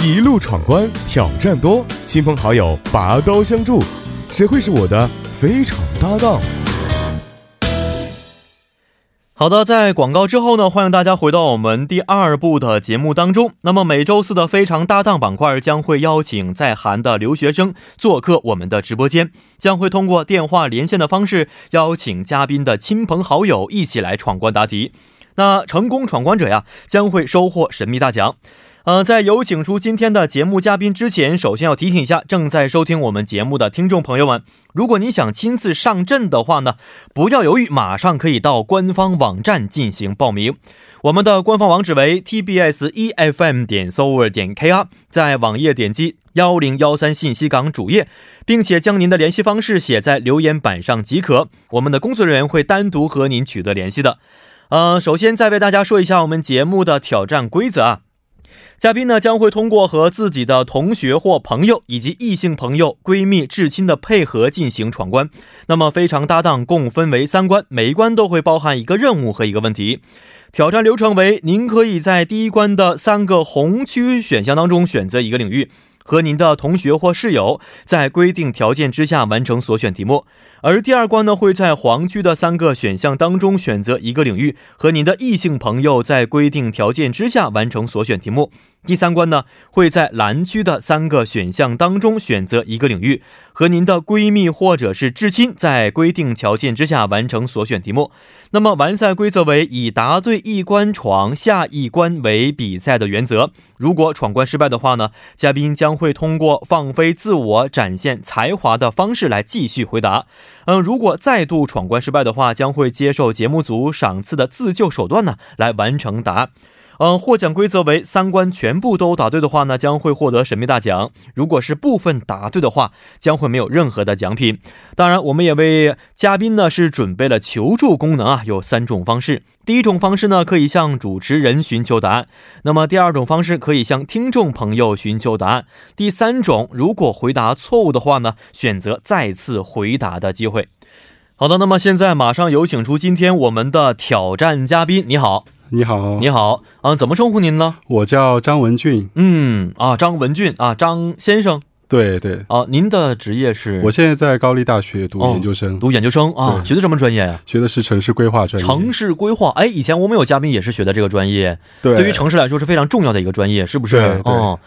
一路闯关，挑战多，亲朋好友拔刀相助，谁会是我的非常搭档？好的，在广告之后呢，欢迎大家回到我们第二部的节目当中。那么每周四的非常搭档板块将会邀请在韩的留学生做客我们的直播间，将会通过电话连线的方式邀请嘉宾的亲朋好友一起来闯关答题。那成功闯关者呀，将会收获神秘大奖。呃，在有请出今天的节目嘉宾之前，首先要提醒一下正在收听我们节目的听众朋友们，如果你想亲自上阵的话呢，不要犹豫，马上可以到官方网站进行报名。我们的官方网址为 tbs efm E 点 s o u r 点 kr，在网页点击幺零幺三信息港主页，并且将您的联系方式写在留言板上即可，我们的工作人员会单独和您取得联系的。呃，首先再为大家说一下我们节目的挑战规则啊。嘉宾呢将会通过和自己的同学或朋友以及异性朋友、闺蜜、至亲的配合进行闯关。那么非常搭档共分为三关，每一关都会包含一个任务和一个问题。挑战流程为：您可以在第一关的三个红区选项当中选择一个领域。和您的同学或室友在规定条件之下完成所选题目，而第二关呢会在黄区的三个选项当中选择一个领域，和您的异性朋友在规定条件之下完成所选题目。第三关呢会在蓝区的三个选项当中选择一个领域，和您的闺蜜或者是至亲在规定条件之下完成所选题目。那么完赛规则为以答对一关闯下一关为比赛的原则。如果闯关失败的话呢，嘉宾将会通过放飞自我、展现才华的方式来继续回答。嗯，如果再度闯关失败的话，将会接受节目组赏赐的自救手段呢，来完成答案。嗯，获奖规则为三关全部都答对的话呢，将会获得神秘大奖；如果是部分答对的话，将会没有任何的奖品。当然，我们也为嘉宾呢是准备了求助功能啊，有三种方式。第一种方式呢，可以向主持人寻求答案；那么第二种方式可以向听众朋友寻求答案；第三种，如果回答错误的话呢，选择再次回答的机会。好的，那么现在马上有请出今天我们的挑战嘉宾，你好。你好，你好，嗯、怎么称呼您呢？我叫张文俊。嗯啊，张文俊啊，张先生对对，啊，您的职业是？我现在在高丽大学读哦研究生，读研究生啊，对学的什么专业呀、学的是城市规划专业。城市规划。哎，以前我们有嘉宾也是学的这个专业，对，对于城市来说是非常重要的一个专业，是不对是？对哦，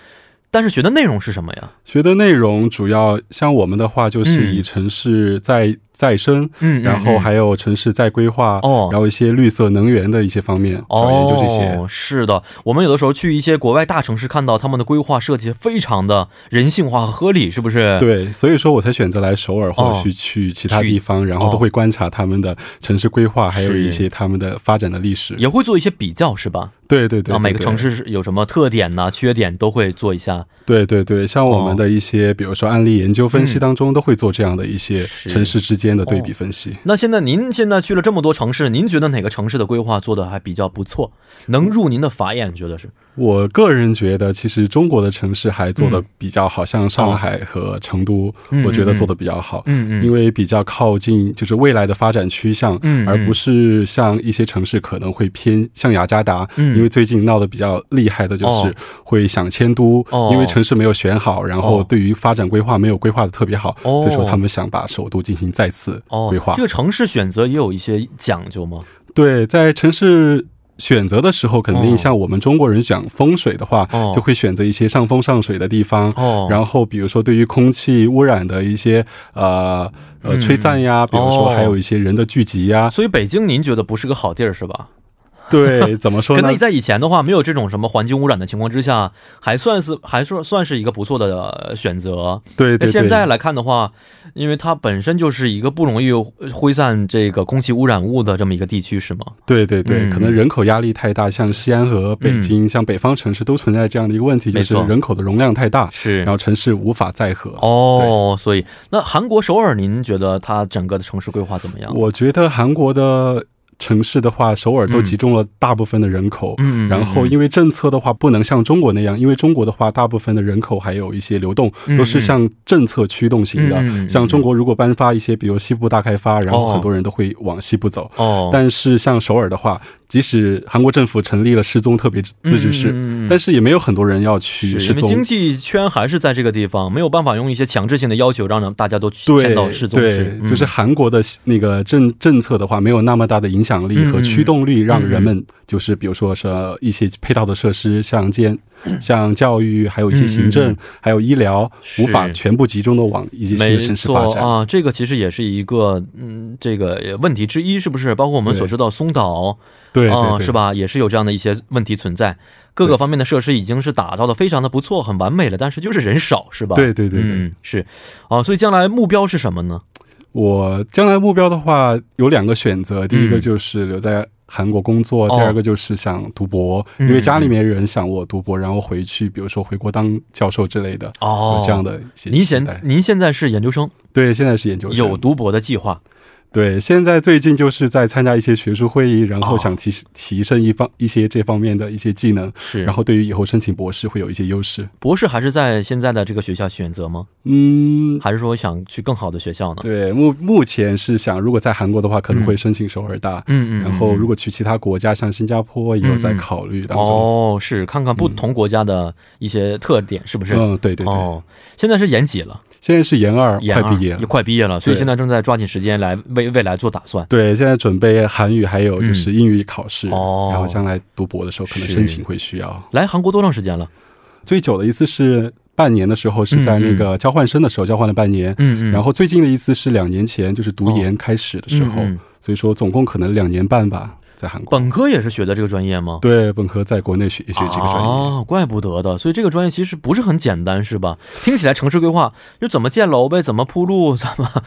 但是学的内容是什么呀？学的内容主要像我们的话，就是嗯以城市再再生，嗯，嗯然后嗯还有城市再规划，哦然后一些绿色能源的一些方面，主要研究这些。哦，是的，我们有的时候去一些国外大城市，看到他们的规划设计非常的人性化和合理，是不是？，对，所以说我才选择来首尔，或者哦去去其他去哦地方，然后都会观察他们的城市规划，还有是一些他们的发展的历史。也会做一些比较，是吧？对对对啊，每对个对城市是有什么特点呐、缺点都会做一下。对对对，像我哦嗯们的一些，比如说案例研究分析当中，都会做这样的一些是哦城市之间的对比分析。那现在您现在去了这么多城市，您觉得哪个城市的规划做的还比较不错，能入您的法眼？觉得是？我个人觉得，其实中国的城市还做的比较好，像哦上海和成都，嗯我觉得嗯做的比较好。嗯因为比较靠近，就是未来的发展趋向，嗯嗯而不是像一些城市可能会偏像雅加达，嗯因为最近闹得比较厉害的就哦是会想迁都，哦因为城市没有选好，然后哦对于发展规划没有规划的特别好，哦所以说他们想把首都进行再次哦规划。，这个城市选择也有一些讲究吗？对，在城市选择的时候，肯哦定像我们中国人讲风水的话，哦就会选择一些上风上水的地方。哦，然后，比如说对于空气污染的一些呃呃嗯吹散呀，比如哦说还有一些人的聚 集呀，所以北京您觉得不是个好地儿是吧？对，怎么说可呢能你？在以前的话，没有这种什么环境污染的情况之下，还算是还算算是一个不错的选择。对对那对，现在来看的话，因为它本身就是一个不容易挥散这个空气污染物的这么一个地区，是吗？对对对，嗯可能人口压力太大，像西安和北京，像北方城市都存在这样的一个问题，没就是错人口的容量太大，是然后城市无法载荷。哦，所以那韩国首尔，您觉得它整个的城市规划怎么样？我觉得韩国的城市的话，首尔都集中了大部分的人口。嗯，然后，因为政策的话不能像中国那样，因为中国的话，大部分的人口还有一些流动，都是向政策驱动型的。嗯嗯嗯嗯像中国如果颁发一些，比如西部大开发，然后哦很多人都会往西部走。哦，但是像首尔的话，即使韩国政府成立了失踪特别自治市，嗯嗯嗯嗯但是也没有很多人要去是失因为踪经。济圈还是在这个地方，没有办法用一些强制性的要求让大家都去对迁到失踪对区，，嗯就是韩国的那个政政策的话，没有那么大的影响力和嗯驱动力，让人们就是比如说是一些配套的设施，像建、像教育，还有一些嗯行嗯政嗯，还有医疗，是无法全部集中的往一些新的没城市发错展。啊，这个其实也是一个嗯，这个问题之一，是不是？包括我们对所知道松岛，对啊、对对，是？吧？也是有这样的一些问题存在。各个对方面的设施已经是打造的非常的不错，很完美了，但是就是人少，是吧？对对对对。嗯，是啊，所以将来目标是什么呢？我将来目标的话有两个选择，第一个嗯就是留在韩国工作，哦第二个就是想读博，嗯因为家里面人想我读博，然后回去，比如说回国当教授之类的，哦有，这样。的一些期待。您现您现在是研究生，对，现在是研究生有读博的计划对，现在最近就是在参加一些学术会议，然后哦想提、提升一方一些这方面的一些技能，是，然后对于以后申请博士会有一些优势。博士还是在现在的这个学校选择吗？嗯，还是说想去更好的学校呢？对，目目前是想，如果在韩国的话，可能会申请首尔大。嗯嗯，然后，嗯如果去其他国家，像新加坡，也有在考虑当中。哦，是看看不同国家的一些特点，是不是？嗯，对对对，哦，现在是研几了？现在是研二，研快二毕业也了。快毕业了，所以对现在正在抓紧时间来为未来做打算。对，现在准备韩语还有就是英语考试，嗯哦然后将来读博的时候可能是申请会需要。来韩国多长时间了？最久的一次是半年的时候，是在那个交换生的时候交换了半年，嗯然后最近的一次是两年前，就是读研开始的时候，嗯嗯所以说总共可能两年半吧，在韩国。本科也是学的这个专业吗？对，本科在国内学一学这个专业，啊，怪不得的。所以这个专业其实不是很简单，是吧？听起来城市规划就怎么建楼呗，怎么铺路， 怎么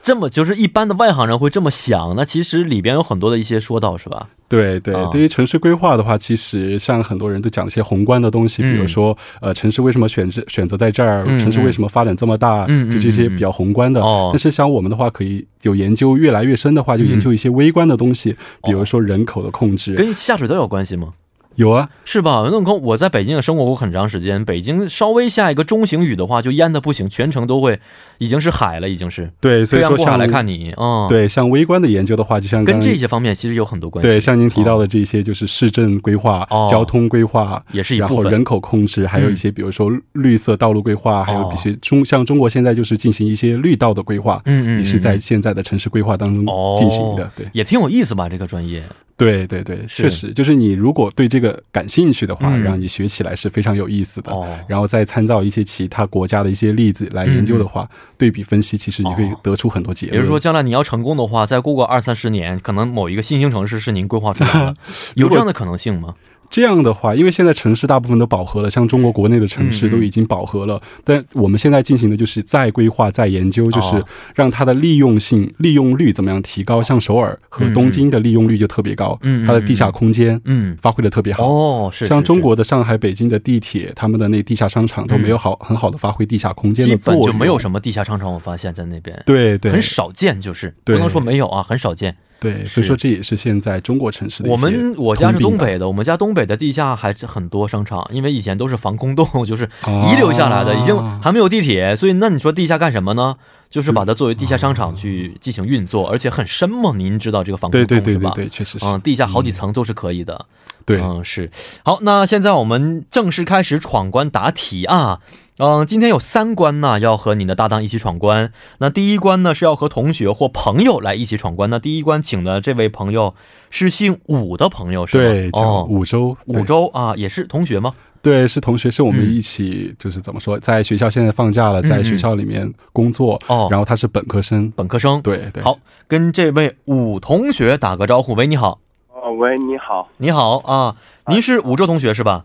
这么就是一般的外行人会这么想。那其实里边有很多的一些说道，是吧？对对啊。对于城市规划的话，其实像很多人都讲一些宏观的东西，比如说呃，城市为什么选择选择在这儿，嗯城市为什么发展这么大，嗯嗯就这些比较宏观的。哦嗯但是像我们的话，可以有研究越来越深的话，就研究一些微观的东西，比如说人口的控制。哦跟下水道有关系吗？有啊，是吧？那空我在北京也生活过很长时间，北京稍微下一个中型雨的话，就淹的不行，全城都会已经是海了，已经是。对，所以推案说过海像来看你，嗯，，对像微观的研究的话，就像跟刚这些方面其实有很多关系。对，像您提到的这些，就是市政规划、哦交通规划，也是一然部后分嗯人口控制，还有一些比如说绿色道路规划，还有一些中像中国现在就是进行一些绿道的规划，哦嗯嗯嗯也是在现在的城市规划当中哦进行的。对也挺有意思吧？这个专业，对对对，是确实就是你如果对这个感兴趣的话，嗯让你学起来是非常有意思的。哦嗯然后再参照一些其他国家的一些例子来研究的话，对比分析，其实你会哦得出很多结也论。就是说，将来你要成功的话，再过个二三十年，可能某一个新兴城市是您规划出来 的，有这样的可能性吗？这样的话，因为现在城市大部分都饱和了，像中国国内的城市嗯嗯都已经饱和了，但我们现在进行的就是再规划、再研究，就是哦让它的利用性、利用率怎么样提高。像首尔和东京的利用率就特别高，嗯嗯嗯它的地下空间嗯，发挥的特别好。哦，是像是中是国的上海、北京的地铁，他们的那地下商场都没有好、很好的发挥地下空间嗯基的作本用，就没有什么地下商场，我发现在那边对对很少见，就是不对能说没有啊，很少见。对，所是以说这也是现在中国城市的一我些们我家是通病东吧北的，我们家东北的地下还是很多商场，因为以前都是防空洞， 就是啊遗留下来的，已经还没有地铁，所以那你说地下干什么呢？就是把它作为地下商场去进行运作，而且很深嘛，您知道这个防空对洞对对是对吧？对，确实是、嗯，地下好几层都是可以的。对。嗯，是。好，那现在我们正式开始闯关答题啊。嗯，今天有三关呢，要和你的搭档一起闯关。那第一关呢是要和同学或朋友来一起闯关。那第一关请的这位朋友是姓武的朋友，是吗？对，叫哦，五洲，对武州啊，也是同学吗？对，是同学，是我们嗯一起，就是怎么说，在学校现在放假了，嗯在学校里面工作，哦然后他是本科生，本科生。，对对，，好，跟这位武同学打个招呼。喂，你好，哦，喂，你好，你好啊，您是武州同学是吧？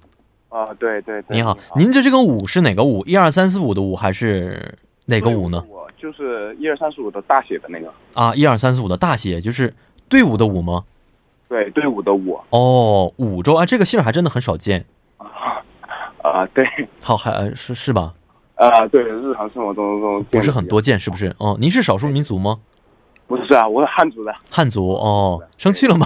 啊、对对对，哎你好，您这这个武是哪个武？一二三四五的武还是哪个武呢？我就是一二三四五的大写的那个，啊，一二三四五的大写就是队伍的伍吗？对，队伍的伍哦，五州啊，这个姓儿还真的很少见。啊、对，好，还呃是是吧？啊、对，日常生活中中不是很多见，是不是？哦、您是少数民族吗？不是啊，我是汉 族的，汉族哦，生气了吗？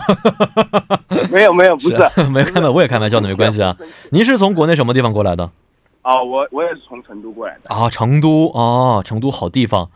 没有没有，不是 没开玩笑，我也开玩笑的，没关系啊。您是从国内什么地方过来的？啊，我我也是从成都过来的，啊，成都啊，成都好地方，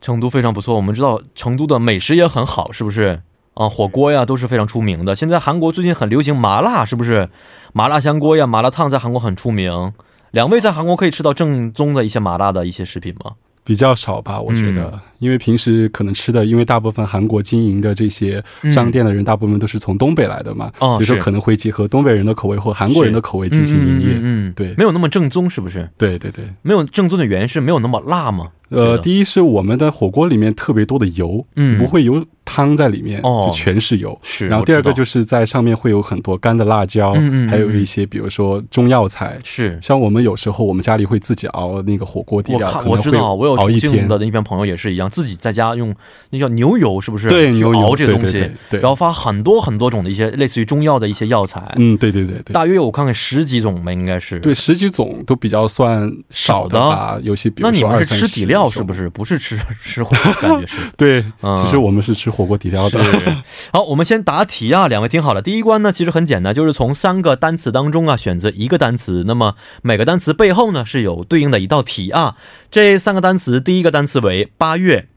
成都非常不错。我们知道成都的美食也很好，是不是？啊，火锅呀都是非常出名的。现在韩国最近很流行麻辣，是不是？麻辣香锅呀、麻辣烫在韩国很出名。两位在韩国可以吃到正宗的一些麻辣的一些食品吗？比较少吧，我觉得，嗯因为平时可能吃的，因为大部分韩国经营的这些商店的人，大部分都是从东北来的嘛，嗯哦所以说是可能会结合东北人的口味或韩国人的口味进行营业。嗯对没有那么正宗，是不是？对对对，没有正宗的原因是没有那么辣吗？呃，觉得第一是我们的火锅里面特别多的油，嗯不会有汤在里面，哦就全是油。是然后我第知二个道就是在上面会有很多干的辣椒，嗯嗯嗯还有一些比如说中药材。是像我们有时候我们家里会自己熬那个火锅底我料，看可我能知会道，我有熬重一庆天。的那边朋友也是一样，自己在家用那叫牛油，是不是？对去牛油熬这个对东西，对对对然后发很多很多种的一些类似于中药的一些药材，嗯，对对对对。大约我看看十几种吧，应该是。对，，十几种都比较算少的吧，有些比如那说你们是吃底料是不是？是？不是吃 吃火锅，感 觉是。对，嗯其实我们是吃火锅底料的。是。好，我们先答题啊，两位听好了。第一关呢，其实很简单，就是从三个单词当中啊选择一个单词，那么每个单词背后呢是有对应的一道题啊。这三个单词，第一个单词为八月，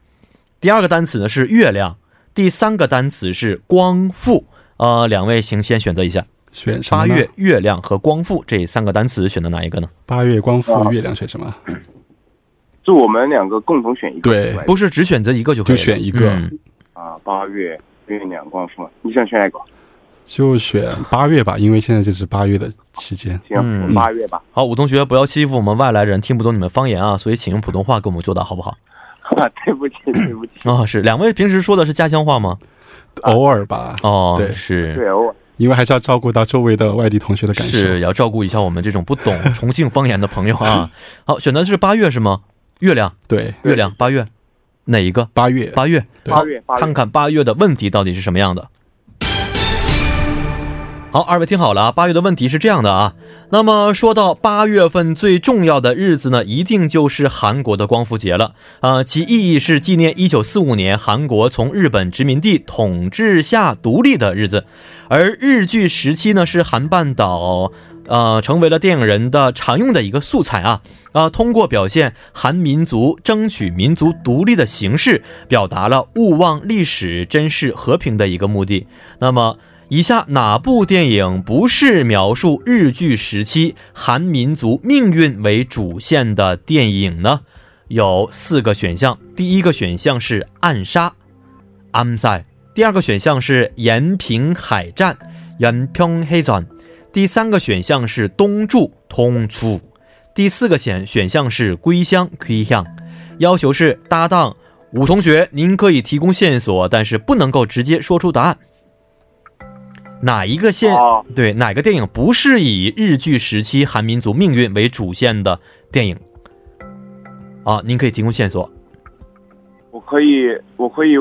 第二个单词呢是月亮，第三个单词是光复。呃，两位行先选择一下，选什么八呢？月、月亮和光复这三个单词，选择哪一个呢？八月光复月亮选什么？是我们两个共同选一个对出来的不是只选择一个就可以了，就选一个嗯啊，八月月亮光复，你想选哪个？就选八月吧，因为现在就是八月的期间。嗯行，八月吧。 好，武同学，不要欺负我们外来人，听不懂你们方言啊，所以请用普通话给我们作答，好不好？啊，对 不起，对不起，啊、是两位平时说的是家乡话吗？啊偶尔吧，哦，对是对，我因为还是要照顾到周围的外地同学的感受。是，也要照顾一下我们这种不懂重庆方言的朋友 啊。好，选的是八月是吗？月亮，对，对月亮，八月，哪一个？八月八月，对八月八月看看八月的问题到底是什么样的。好，二位听好了啊，八月的问题是这样的啊。那么说到八月份最重要的日子呢，一定就是韩国的光复节了。呃，其意义是纪念一九四五年韩国从日本殖民地统治下独立的日子，而日据时期呢是韩半岛。呃，成为了电影人的常用的一个素材啊，呃，通过表现韩民族争取民族独立的形式，表达了勿忘历史、珍视和平的一个目的。那么，以下哪部电影不是描述日据时期韩民族命运为主线的电影呢？有四个选项，第一个选项是《暗杀》（Am s a 第二个选项是延平海战 （Yanpyeonghaejan），第三个选项是东柱 （Dongju），第四个选选项是归乡 （Kuihyang）。要求是搭档武同学，您可以提供线索，但是不能够直接说出答案。哪一个线、哦对哪个电影不是以日据时期韩民族命运为主线的电影？啊，您可以提供线索。我可以，我可以，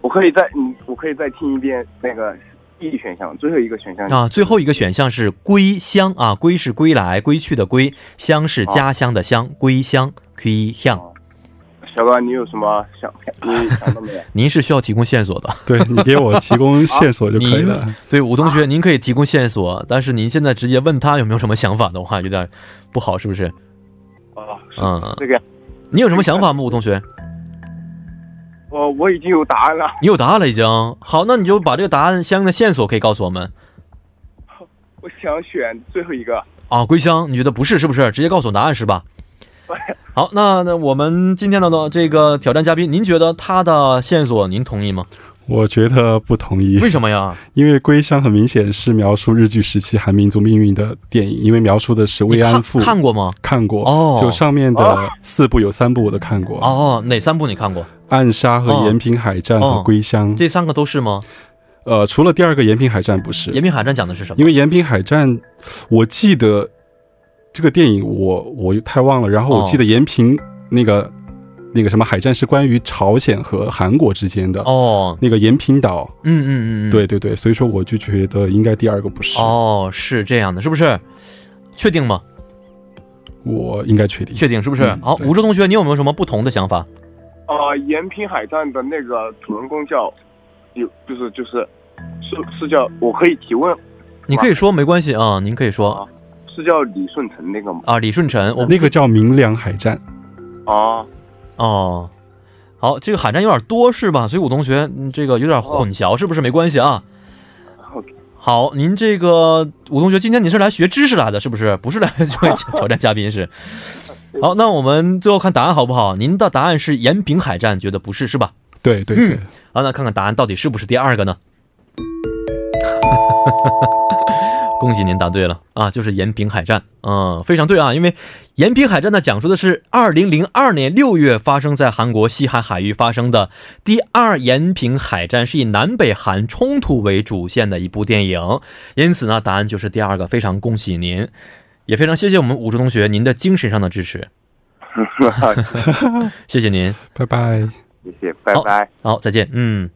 我可以再，嗯，我可以再听一遍那个 E 选项，最后一个选项。啊，最后一个选项是归乡啊，归是归来、归去的归，乡是家乡的乡，归乡归乡。小高，你有什么想？你想到没有？您是需要提供线索的。对你给我 提啊供线索就可以您了。对武同学，您可以提供线索，但是您现在直接问他有没有什么想法的话，有点不好，是不是？啊，嗯，这个你有什么想法吗，武同学？我哦我已经有答案了。 你有答案了已经。好，那你就把这个答案相应的线索可以告诉我们我想选最后一个。啊。归乡，你觉得不是是不是？直接告诉我答案是吧？好，那那我们今天的呢这个挑战嘉宾，您觉得他的线索您同意吗？我觉得不同意。为什么呀？因为《归乡》很明显是描述日据时期韩民族命运的电影，因为描述的是你慰安看妇。看过吗？看过哦就上面的四部有三部我都看过，哦，哪三部你看过？暗杀》哦和《延平海战》和哦《归乡》这三个都是吗？呃，除了第二个《延平海战》不是《，延平海战》讲的是什么？因为《延平海战》，我记得这个电影我我太忘了，然后哦我记得延平那个、那个什么海战是关于朝鲜和韩国之间的、哦，那个延平岛。嗯嗯嗯，嗯。对对对，所以说我就觉得应该第二个不是，哦，是这样的，是不是？确定吗？我应该确定。确定是不是？嗯好，对吴哲同学，你有没有什么不同的想法？呃，延平海战的那个主人公叫，有就是就是，是是叫我可以提问，你可以说没关系啊，您可以说是叫李舜臣那个吗？啊。李舜臣，我那个叫明良海战，啊， 哦，好，这个喊战有点多是吧？所以武同学嗯这个有点混淆，是不是？没关系啊。好，您这个武同学，今天您是来学知识来的，是不是？不是来 就是挑战嘉宾是。好，那我们最后看答案好不好？您的答案是延平海战，觉得不是是吧？对对对，好，啊那看看答案到底是不是第二个呢？ 恭喜您答对了啊，就是延平海战，嗯，非常对啊，因为延平海战呢讲述的是二零零二年六月发生在韩国西海海域发生的第二延平海战，是以南北韩冲突为主线的一部电影，因此呢，答案就是第二个，非常恭喜您，也非常谢谢我们武志同学您的精神上的支持，谢谢您，拜拜。啊谢谢，拜好拜。好，再见，嗯，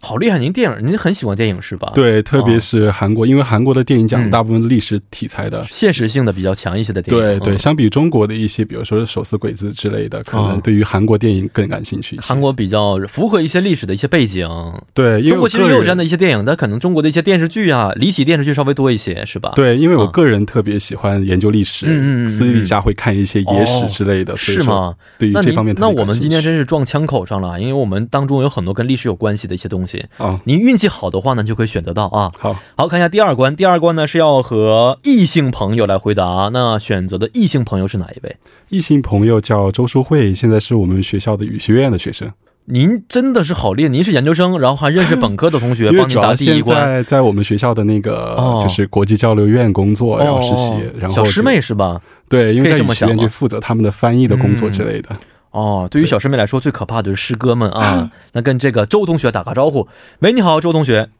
好厉害，您电影您很喜欢电影是吧？。对，特别是韩国，因为韩国的电影啊嗯讲大部分历史题材的，现实性的比较强一些的电对影。对，嗯相比中国的一些，比如说手撕鬼子之类的，可哦能对于韩国电影更感兴趣一些。韩国比较符合一些历史的一些背景。对，因为中国我其实个也有人这样的一些电影，但可能中国的一些电视剧啊，离奇电视剧稍微多一些，是吧？，对，因为我嗯个人特别喜欢研究历史，嗯嗯嗯嗯哦私底下会看一些野史之类的，所以是说吗？对于那这您方面特那别感兴趣，我们今天真是撞枪口上了，因为我们当中有很多跟历史有关系的一些东西。啊，您运气好的话呢，就可以选择到啊。好，好看一下第二关，第二关呢是要和异性朋友来回答，那选择的异性朋友是哪一位？异性朋友叫周淑慧，现在是我们学校的语学院的学生，您真的是好厉害，您是研究生，然后还认识本科的同学因为帮您主答要第一现关。在在我们学校的那个哦就是国际交流院工作，然后实习哦，然后小师就妹是吧？对，因为可以在这么语学想院吗嗯就负责他们的翻译的工作之类的。哦，对于小师妹来说，最可怕的就是师哥们 啊。那跟这个周同学打个招呼，喂，你好，周同学，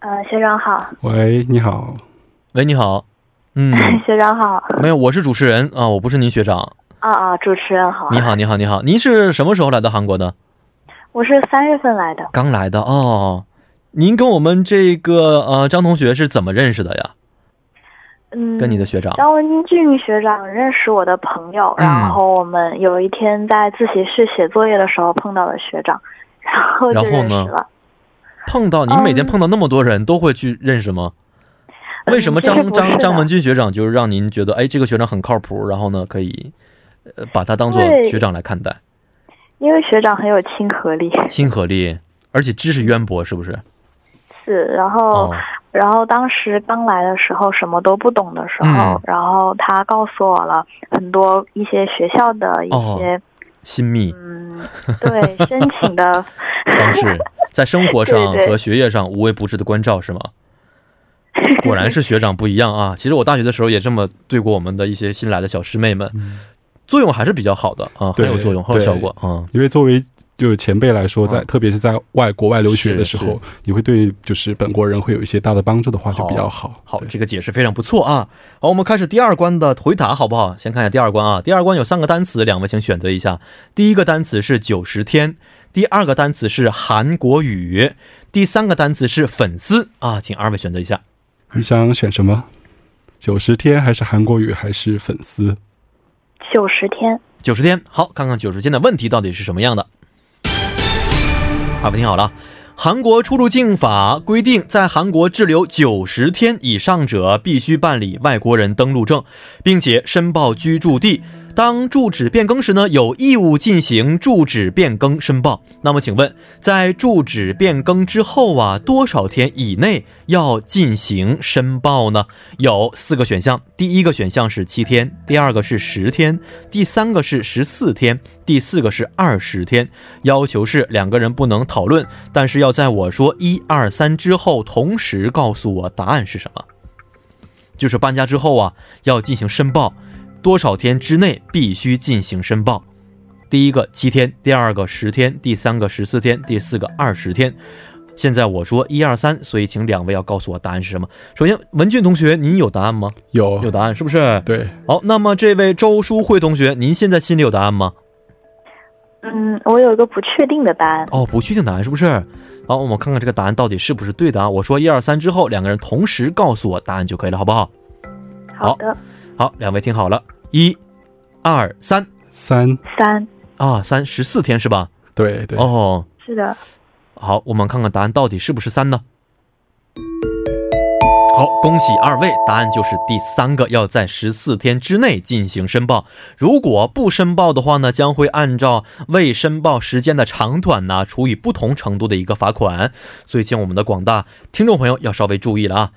呃，学长好，喂，你好，喂，你好，嗯， 学长好，没有，我是主持人啊，我不是您学长。啊啊，主持人好，你，好，你好，你好，您是什么时候来到韩国的？我是三月份来的，刚来的哦。您跟我们这个呃张同学是怎么认识的呀？嗯，跟你的学长张文俊学长认识我的朋友，嗯然后我们有一天在自习室写作业的时候碰到了学长，然后就然后认识呢了。碰到，您每天嗯碰到那么多人都会去认识吗？嗯为什么其实张不是张的张文军学长就是让您觉得哎这个学长很靠谱，然后呢可以呃把他当做对学长来看待，因为学长很有亲和力，亲和力，而且知识渊博，是不是？是，然后、哦，然后当时刚来的时候什么都不懂的时候，嗯然后他告诉我了很多一些学校的一哦 些、亲密嗯，对申请的方式，在生活上对对和学业上无微不至的关照，是吗？果然是学长不一样啊！其实我大学的时候也这么对过我们的一些新来的小师妹们，作用还是比较好的啊，很对有作用，很有效果啊。因为作为就是前辈来说，在、嗯特别是在外国外留学的时是是候，你会对就是本国人会有一些大的帮助的话，就比较好。好，对这个解释非常不错啊。好，我们开始第二关的回答，好不好？先看一下第二关啊。第二关有三个单词，两位请选择一下。第一个单词是九十天，第二个单词是韩国语，第三个单词是粉丝啊，请二位选择一下。你想选什么？九十天还是韩国语还是粉丝？九十天，九十天，好，看看九十天的问题到底是什么样的。二位听好了，韩国出入境法规定，在韩国滞留九十天以上者，必须办理外国人登陆证，并且申报居住地。当住址变更时呢，有义务进行住址变更申报。那么，请问，在住址变更之后啊，多少天以内要进行申报呢？有四个选项，第一个选项是七天，第二个是十天，第三个是十四天，第四个是二十天。要求是两个人不能讨论，但是要在我说一二三之后，同时告诉我答案是什么。就是搬家之后啊，要进行申报，多少天之内必须进行申报。第一个七天，第二个十天，第三个十四天，第四个二十天。现在我说一二三，所以请两位要告诉我答案是什么。首先，文俊同学，您有答案吗？有有答案是不是？对，好，那么这位周淑慧同学，您现在心里有答案吗？嗯，我有一个不确定的答案，哦，不确定答案是不是？好，我们看看这个答案到底是不是对的啊！我说一二三之后，两个人同时告诉我答案就可以了，好不好？好的，好，两位听好了，一、二、三三三，啊、啊，三十四天是吧？对对，哦，是的，好，我们看看答案到底是不是三呢？好，恭喜二位，答案就是第三个，要在十四天之内进行申报。如果不申报的话呢，将会按照未申报时间的长短呢，处以不同程度的一个罚款。所以，请我们的广大听众朋友要稍微注意了啊！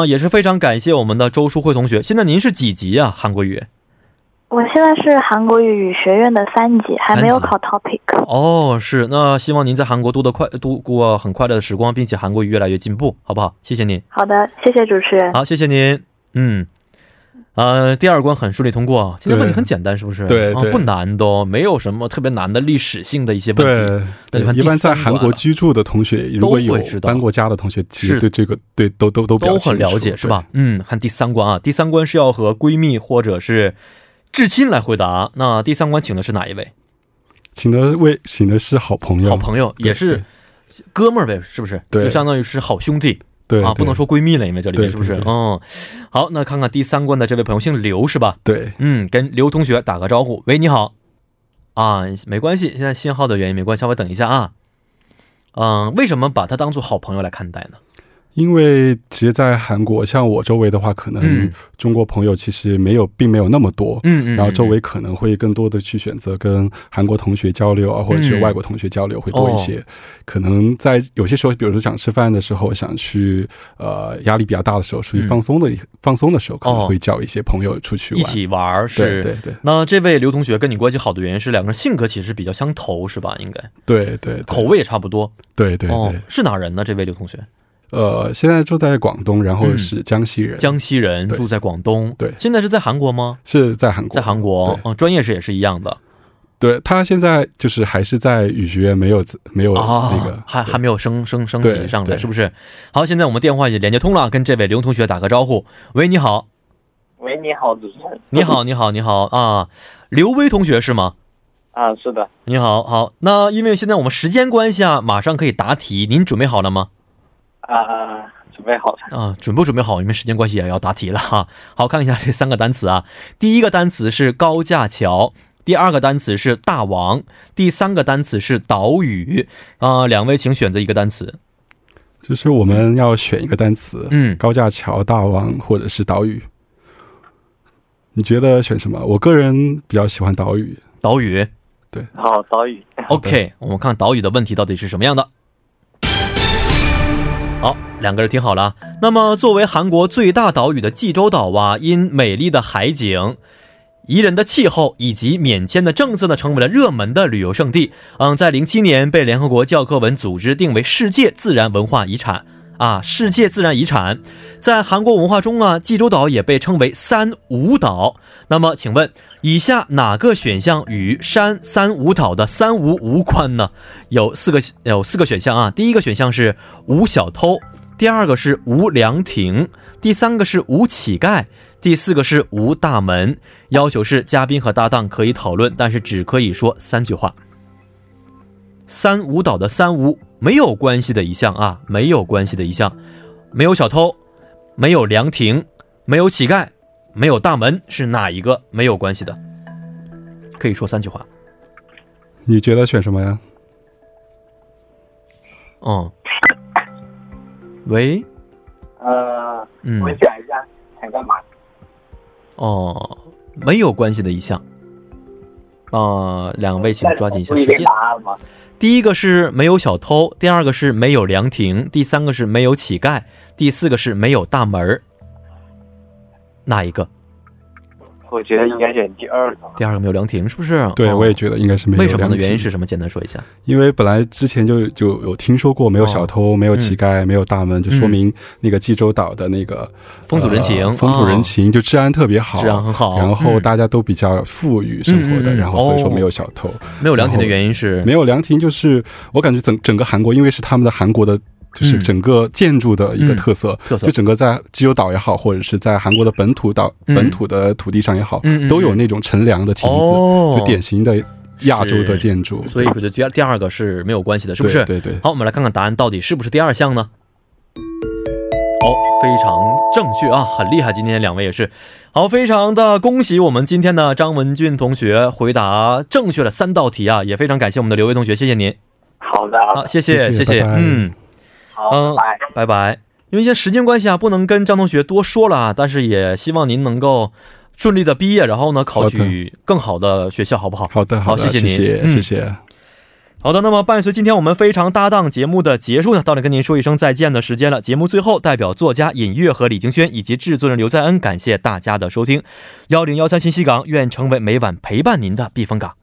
啊、也是非常感谢我们的周淑慧同学。现在您是几级啊？韩国语？我现在是韩国语语学院的三级，还没有考 topic。哦，是。那希望您在韩国度的快度过很快乐的时光，并且韩国语越来越进步，好不好？谢谢您。好的，谢谢主持人。好，谢谢您。嗯，呃，第二关很顺利通过。啊今天问题很简单，是不是？对啊对不难的哦，没有什么特别难的历史性的一些问对题。那就看一第般三在关韩国了居住的同学，如果有都会知道搬过家的同学，其是实对这个对都都都比都较很清楚了解，是吧？？嗯，看第三关啊，第三关是要和闺蜜或者是至亲来回答。那第三关请的是哪一位？对请的为请的是好朋友，好朋友，哎对也是哥们儿呗，是不是？对就相当于是好兄弟对啊，不能说说闺蜜了，因为这里面对是不是对？对嗯，好，那看看第三关的这位朋友，姓刘是吧？对嗯，跟刘同学打个招呼，喂，你好。啊，没关系，现在信号的原因没关系，稍微等一下啊。嗯，为什么把他当做好朋友来看待呢？因为其实，在韩国，像我周围的话，可能嗯中国朋友其实没有，并没有那么多。嗯嗯，然后周围可能会更多的去选择跟韩国同学交流啊，或者嗯是哦外国同学交流会多一些。可能在有些时候，比如说想吃饭的时候，想去呃压力比较大的时候，出去嗯放松的、放松的时候，可哦能会叫一些朋友出去嗯玩。一起玩儿对是。对对那这位刘同学跟你关系好的原因是两个人性格其实比较相投，是吧？应该对对，口味也差不多。对对哦对，，是哪人呢？这位刘同学，呃，现在住在广东，然后嗯是江西人，江西人，对住在广东。对现在是在韩国吗？是在韩国，在韩国。哦，专业是也是一样的对他现在就是还是在语学院没有没有啊，那个，还还没有升升升对级对上来，是不是？好，现在我们电话也连接通了，跟这位刘同学打个招呼。喂，你好，喂，你好，主持人。你好，你好，你好啊，刘威同学是吗？啊，是的，你好，好，那因为现在我们时间关系啊，马上可以答题，您准备好了吗？啊，准备好了。啊，准不准备好？因为时间关系也要答题了哈。好，看一下这三个单词啊。第一个单词是高架桥，第二个单词是大王，第三个单词是岛屿。啊、两位请选择一个单词。就是我们要选一个单词，嗯高架桥、大王或者是岛屿。你觉得选什么？我个人比较喜欢岛屿。岛屿。好，岛屿。 OK，我们看岛屿的问题到底是什么样的。好，两个人听好了啊。那么，作为韩国最大岛屿的济州岛啊，因美丽的海景、宜人的气候以及免签的政策呢，成为了热门的旅游胜地。嗯，在零七年被联合国教科文组织定为世界自然文化遗产啊，世界自然遗产。在韩国文化中啊，济州岛也被称为三无岛。那么，请问以下哪个选项与山三无岛的三无无关呢？有四个有四个选项啊。第一个选项是无小偷，第二个是无凉亭，第三个是无乞丐，第四个是无大门。要求是嘉宾和搭档可以讨论，但是只可以说三句话。三无岛的三无没有关系的一项啊，没有关系的一项，没有小偷，没有凉亭，没有乞丐，没有大门，是哪一个没有关系的？可以说三句话。你觉得选什么呀？嗯，喂，呃，嗯我，想一下，想干嘛？哦，没有关系的一项。啊、两位请抓紧一下不时一定间。答案吗？第一个是没有小偷，第二个是没有凉亭，第三个是没有乞丐，第四个是没有大门儿。哪一个？我觉得应该选第二个。第二个没有凉亭，是不是？对，哦我也觉得应该是没有。为什么呢？原因是？什么？简单说一下。因为本来之前就就有听说过没有小哦偷、没有乞丐、嗯没有大门，就说明那个济州岛的那个风土人情哦呃风土人情就治安特别好，治安很好然后嗯大家都比较富裕生活的，嗯嗯嗯然后所以说哦没有小偷。没有凉亭的然后原因是没有凉亭，就是我感觉整整个韩国，因为是他们的韩国的，就是嗯整个建筑的一个特色，特色就整个在济州岛也好，或者是在韩国的本土岛、嗯本土的土地上也好，嗯嗯都有那种乘凉的亭子，哦就典型的亚洲的建筑。所以我觉得第二第二个是没有关系的，是不是？对对对好，我们来看看答案到底是不是第二项呢？哦，非常正确啊，很厉害！今天两位也是，好，非常的恭喜我们今天的张文俊同学回答正确了三道题啊，也非常感谢我们的刘威同学，谢谢您，好的，好，谢谢，谢谢拜拜嗯，好，啊嗯拜拜拜。拜。因为一些时间关系啊，不能跟张同学多说了啊，但是也希望您能够顺利的毕业，然后呢，考好取更好的学校，好不好？好的，好的，谢谢谢您嗯谢谢，好的，那么伴随今天我们非常搭档节目的结束呢，到了跟您说一声再见的时间了。节目最后，代表作家尹月和李景轩以及制作人刘在恩，感谢大家的收听。幺零幺三信息港，愿成为每晚陪伴您的避风港。